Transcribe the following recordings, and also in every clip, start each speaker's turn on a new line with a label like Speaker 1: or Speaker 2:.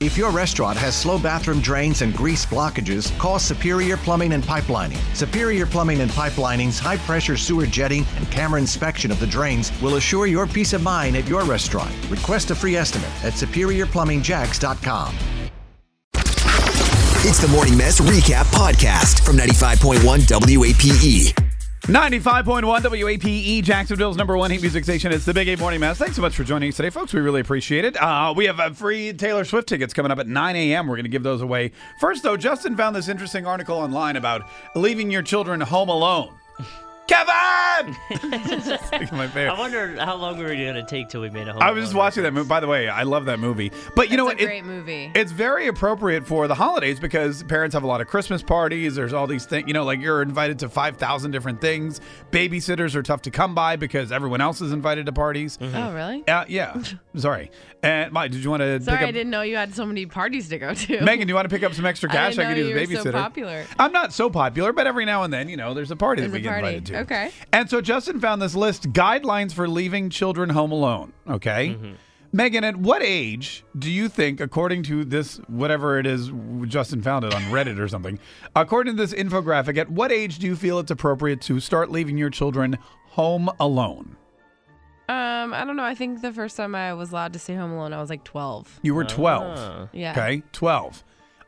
Speaker 1: If your restaurant has slow bathroom drains and grease blockages, call Superior Plumbing and Pipelining. Superior Plumbing and Pipelining's high pressure sewer jetting and camera inspection of the drains will assure your peace of mind at your restaurant. Request a free estimate at superiorplumbingjacks.com.
Speaker 2: It's the Morning Mess Recap Podcast from 95.1 WAPE.
Speaker 3: 95.1 WAPE, E, Jacksonville's number one hit music station. It's the Big 8 Morning Mass. Thanks so much for joining us today, folks. We really appreciate it. Uh, we have uh, free Taylor Swift tickets coming up at 9 a.m. We're going to give those away. First, though, Justin found this interesting article online about leaving your children home alone. Kevin! It's my favorite.
Speaker 4: I wonder how long we were going to take till we made a home.
Speaker 3: I was
Speaker 4: Alone
Speaker 3: just watching that movie. By the way, I love that movie. But you know
Speaker 5: It's
Speaker 3: what?
Speaker 5: a
Speaker 3: It-
Speaker 5: great movie.
Speaker 3: It's very appropriate for the holidays because parents have a lot of Christmas parties. There's all these things, you know, like you're invited to 5,000 different things. Babysitters are tough to come by because everyone else is invited to parties.
Speaker 5: oh, really?
Speaker 3: Uh, yeah. Sorry. And Mike, did you want to
Speaker 5: Sorry,
Speaker 3: pick up?
Speaker 5: I didn't know you had so many parties to go to.
Speaker 3: Megan, do you want to pick up some extra
Speaker 5: I
Speaker 3: cash?
Speaker 5: didn't know
Speaker 3: could use
Speaker 5: you
Speaker 3: a
Speaker 5: were
Speaker 3: babysitter.
Speaker 5: so popular.
Speaker 3: I'm not so popular, but every now and then, you know, there's a party that
Speaker 5: There's
Speaker 3: we
Speaker 5: a
Speaker 3: get
Speaker 5: party.
Speaker 3: invited to.
Speaker 5: Okay.
Speaker 3: And so Justin found this list guidelines for leaving children home alone. Okay. Megan, at what age do you think, according to this, whatever it is, Justin found it on Reddit or something, according to this infographic, at what age do you feel it's appropriate to start leaving your children home alone?
Speaker 5: Um, I don't know. I think the first time I was allowed to stay home alone, I was like 12.
Speaker 3: You were 12.
Speaker 5: Yeah.
Speaker 3: Okay, 12.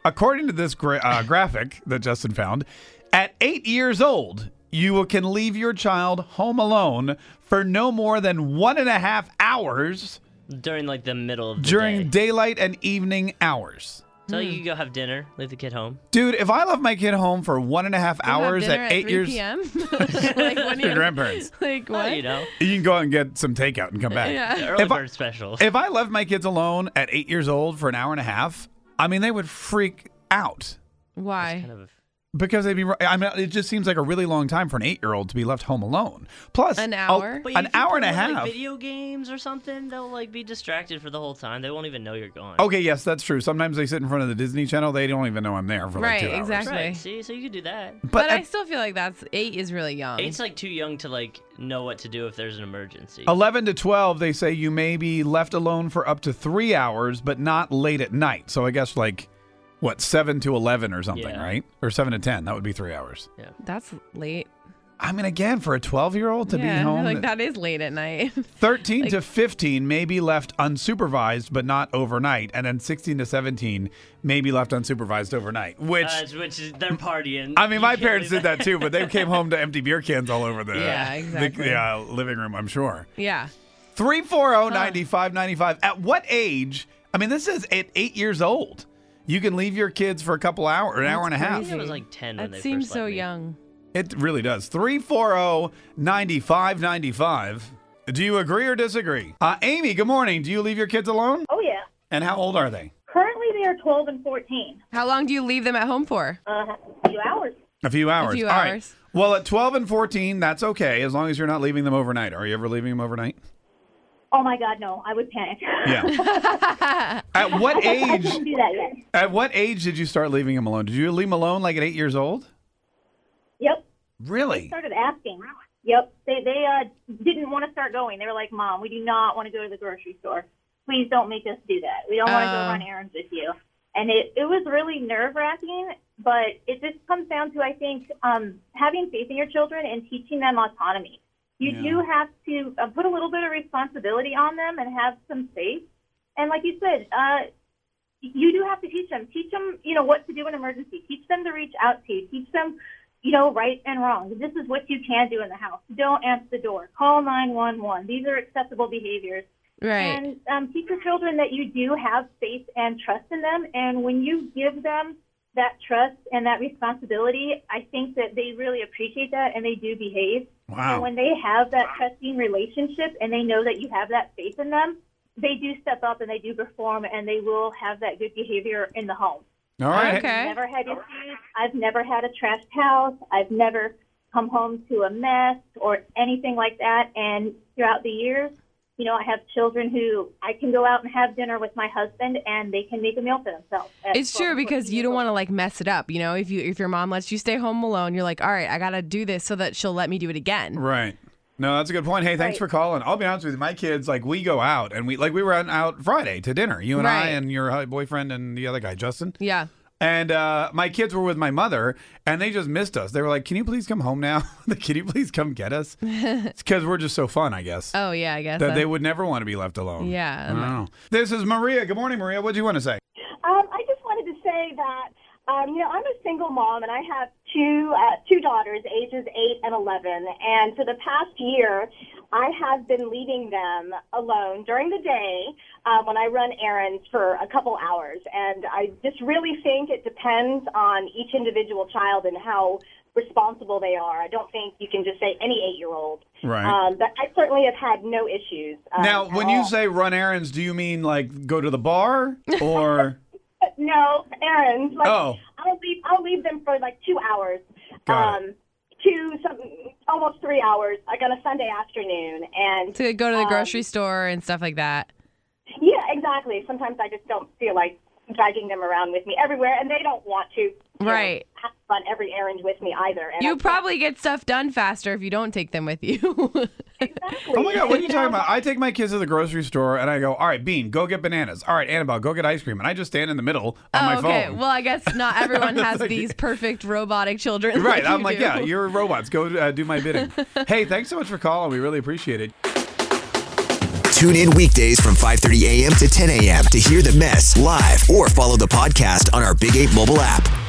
Speaker 3: According to this gra- uh, graphic that Justin found, at eight years old, you can leave your child home alone for no more than one and a half hours
Speaker 4: during like the middle of the
Speaker 3: during
Speaker 4: day.
Speaker 3: daylight and evening hours.
Speaker 4: so you can go have dinner, leave the kid home.
Speaker 3: Dude, if I left my kid home for one and a half
Speaker 5: You have
Speaker 3: hours
Speaker 5: dinner
Speaker 3: at eight
Speaker 5: 3
Speaker 3: years,
Speaker 5: PM? like when
Speaker 3: your
Speaker 5: you-
Speaker 3: grandparents,
Speaker 5: Like
Speaker 4: Well,
Speaker 5: what?
Speaker 4: Oh, you know,
Speaker 3: you can go out and get some takeout and come back.
Speaker 4: the
Speaker 5: Yeah.
Speaker 4: early
Speaker 3: If I-
Speaker 4: bird special.
Speaker 3: If I left my kids alone at eight years old for an hour and a half, I mean, they would freak out.
Speaker 5: Why?
Speaker 4: kind of,
Speaker 3: Because they'd be. I mean, it just seems like a really long time for an eight-year-old to be left home alone. Plus,
Speaker 5: An
Speaker 3: a-
Speaker 5: hour?
Speaker 4: But you
Speaker 3: an
Speaker 4: can
Speaker 3: hour
Speaker 4: put
Speaker 3: and a
Speaker 4: them in, like,
Speaker 3: half.
Speaker 4: video games or something, they'll like be distracted for the whole time. They won't even know you're gone.
Speaker 3: Okay, yes, that's true. Sometimes they sit in front of the Disney Channel. They don't even know I'm there for like
Speaker 5: Right,
Speaker 3: two hours.
Speaker 5: exactly.
Speaker 4: Right. See, so you could do that.
Speaker 3: But,
Speaker 5: But
Speaker 3: at
Speaker 5: I still feel like that's eight is really young.
Speaker 4: Eight's like too young to like know what to do if there's an emergency.
Speaker 3: 11 to 12, they say you may be left alone for up to three hours, but not late at night. So I guess like, what, seven to 11 or something,
Speaker 4: Yeah.
Speaker 3: right? Or seven to 10. That would be three hours.
Speaker 5: that's late.
Speaker 3: I mean, again, for a 12-year-old to
Speaker 5: yeah, I
Speaker 3: be
Speaker 5: feel
Speaker 3: home.
Speaker 5: like that is late at night.
Speaker 3: 13 to 15 may be left unsupervised but not overnight and then 16 to 17 may be left unsupervised overnight which
Speaker 4: Uh, which is they're partying.
Speaker 3: i mean
Speaker 4: You
Speaker 3: my
Speaker 4: can't
Speaker 3: parents
Speaker 4: leave
Speaker 3: did that too but they came home to empty beer cans all over the,
Speaker 5: Yeah,
Speaker 3: the,
Speaker 5: exactly.
Speaker 3: uh, living room i'm sure oh,
Speaker 5: yeah.
Speaker 3: 340-9595 at what age i mean this is at eight years old you can leave your kids for a couple hours an hour and a
Speaker 5: That's
Speaker 4: I
Speaker 3: half
Speaker 4: think it was like ten when
Speaker 5: That
Speaker 4: they
Speaker 5: seems
Speaker 4: first let
Speaker 5: so
Speaker 4: me.
Speaker 5: young.
Speaker 3: it really does oh, 340-9595 do you agree or disagree uh, amy good morning do you leave your kids alone
Speaker 6: Oh, yeah.
Speaker 3: and how old are they
Speaker 6: Currently, they are 12 and 14.
Speaker 5: How long do you leave them at home for?
Speaker 6: Uh, a few hours.
Speaker 3: A few hours.
Speaker 5: few
Speaker 3: All right.
Speaker 5: hours.
Speaker 3: Well, at 12 and 14, that's okay as long as you're not leaving them overnight. Are you ever leaving them overnight?
Speaker 6: Oh, my God, no. I would panic.
Speaker 3: Yeah. at what age
Speaker 6: Don't do that yet.
Speaker 3: at what age did you start leaving them alone? Did you leave them alone like at 8 years old?
Speaker 6: Yep.
Speaker 3: Really?
Speaker 6: Started asking. Yep. They, they uh, didn't want to start going. They were like, Mom, we do not want to go to the grocery store. Please don't make us do that. We don't want to
Speaker 5: Oh.
Speaker 3: Uh.
Speaker 6: go run errands with you. And it, it was really nerve wracking, but it just comes down to, I think, um, having faith in your children and teaching them autonomy. You
Speaker 3: Yeah.
Speaker 6: do have to uh, put a little bit of responsibility on them and have some faith. And like you said, uh, you do have to teach them. Teach them, you know, what to do in emergency. Teach them to reach out to you. Teach them, you know, right and wrong. This is what you can do in the house. Don't answer the door. Call 911. These are acceptable behaviors.
Speaker 5: Right.
Speaker 6: And um, teach your children that you do have faith and trust in them. And when you give them that trust and that responsibility, I think that they really appreciate that and they do behave.
Speaker 3: Wow.
Speaker 6: And when they have that trusting relationship and they know that you have that faith in them, they do step up and they do perform and they will have that good behavior in the home.
Speaker 3: All right.
Speaker 5: Okay.
Speaker 6: Never had issues. I've never had a trashed house. I've never come home to a mess or anything like that. And throughout the years, you know, I have children who I can go out and have dinner with my husband and they can make a meal for themselves. at
Speaker 5: It's true
Speaker 6: 12,
Speaker 5: because
Speaker 6: 14
Speaker 5: you don't
Speaker 6: years
Speaker 5: want
Speaker 6: old.
Speaker 5: to like mess it up. You know, if you if your mom lets you stay home alone, you're like, all right, I gotta do this so that she'll let me do it again.
Speaker 3: Right. No, that's a good point. Hey, thanks
Speaker 6: Right.
Speaker 3: for calling. I'll be honest with you. My kids, like, we go out and we, like, we were out- out Friday to dinner, you and I
Speaker 5: Right.
Speaker 3: and your uh, boyfriend and the other guy, Justin.
Speaker 5: Yeah.
Speaker 3: And uh, my kids were with my mother, and they just missed us. They were like, "Can you please come home now? Can you please come get us?" Because we're just so fun, I guess.
Speaker 5: Oh yeah, I guess.
Speaker 3: that
Speaker 5: so.
Speaker 3: they would never want to be left alone.
Speaker 5: Yeah.
Speaker 3: I don't know. This is Maria. Good morning, Maria. What do you want to say?
Speaker 6: Um, I just wanted to say that um, you know I'm a single mom and I have two uh, two daughters, ages eight and eleven. And for the past year, I have been leaving them alone during the day uh, when I run errands for a couple hours. And I just really think it depends on each individual child and how responsible they are. I don't think you can just say any eight year old.
Speaker 3: Right.
Speaker 6: Um, but I certainly have had no issues. um,
Speaker 3: now,
Speaker 6: at
Speaker 3: when you
Speaker 6: all.
Speaker 3: say run errands, do you mean like go to the bar or?
Speaker 6: No, errands. Like,
Speaker 3: Oh.
Speaker 6: I'll leave. I'll leave them for like two hours.
Speaker 3: Got it.
Speaker 6: um, two, some, almost three hours. Like on a Sunday afternoon, and um,
Speaker 5: to go to the grocery store and stuff like that.
Speaker 6: yeah, exactly. Sometimes I just don't feel like dragging them around with me everywhere, and they don't want to. you know,
Speaker 5: Right.
Speaker 6: have on every errand with me either. And
Speaker 5: You
Speaker 6: I'm-
Speaker 5: probably get stuff done faster if you don't take them with you.
Speaker 6: Exactly.
Speaker 3: Oh my God, what are you
Speaker 6: So-
Speaker 3: talking about? I take my kids to the grocery store and I go, all right, Bean, go get bananas. All right, Annabelle, go get ice cream. And I just stand in the middle on my
Speaker 5: oh, okay.
Speaker 3: phone.
Speaker 5: Well, I guess not everyone
Speaker 3: just
Speaker 5: has
Speaker 3: like-
Speaker 5: these perfect robotic children.
Speaker 3: right.
Speaker 5: you
Speaker 3: I'm like,
Speaker 5: do.
Speaker 3: yeah, you're robots. Go uh, do my bidding. hey, thanks so much for calling. We really appreciate it.
Speaker 2: Tune in weekdays from 5:30 a.m. to 10 a.m. to hear the mess live or follow the podcast on our Big 8 mobile app.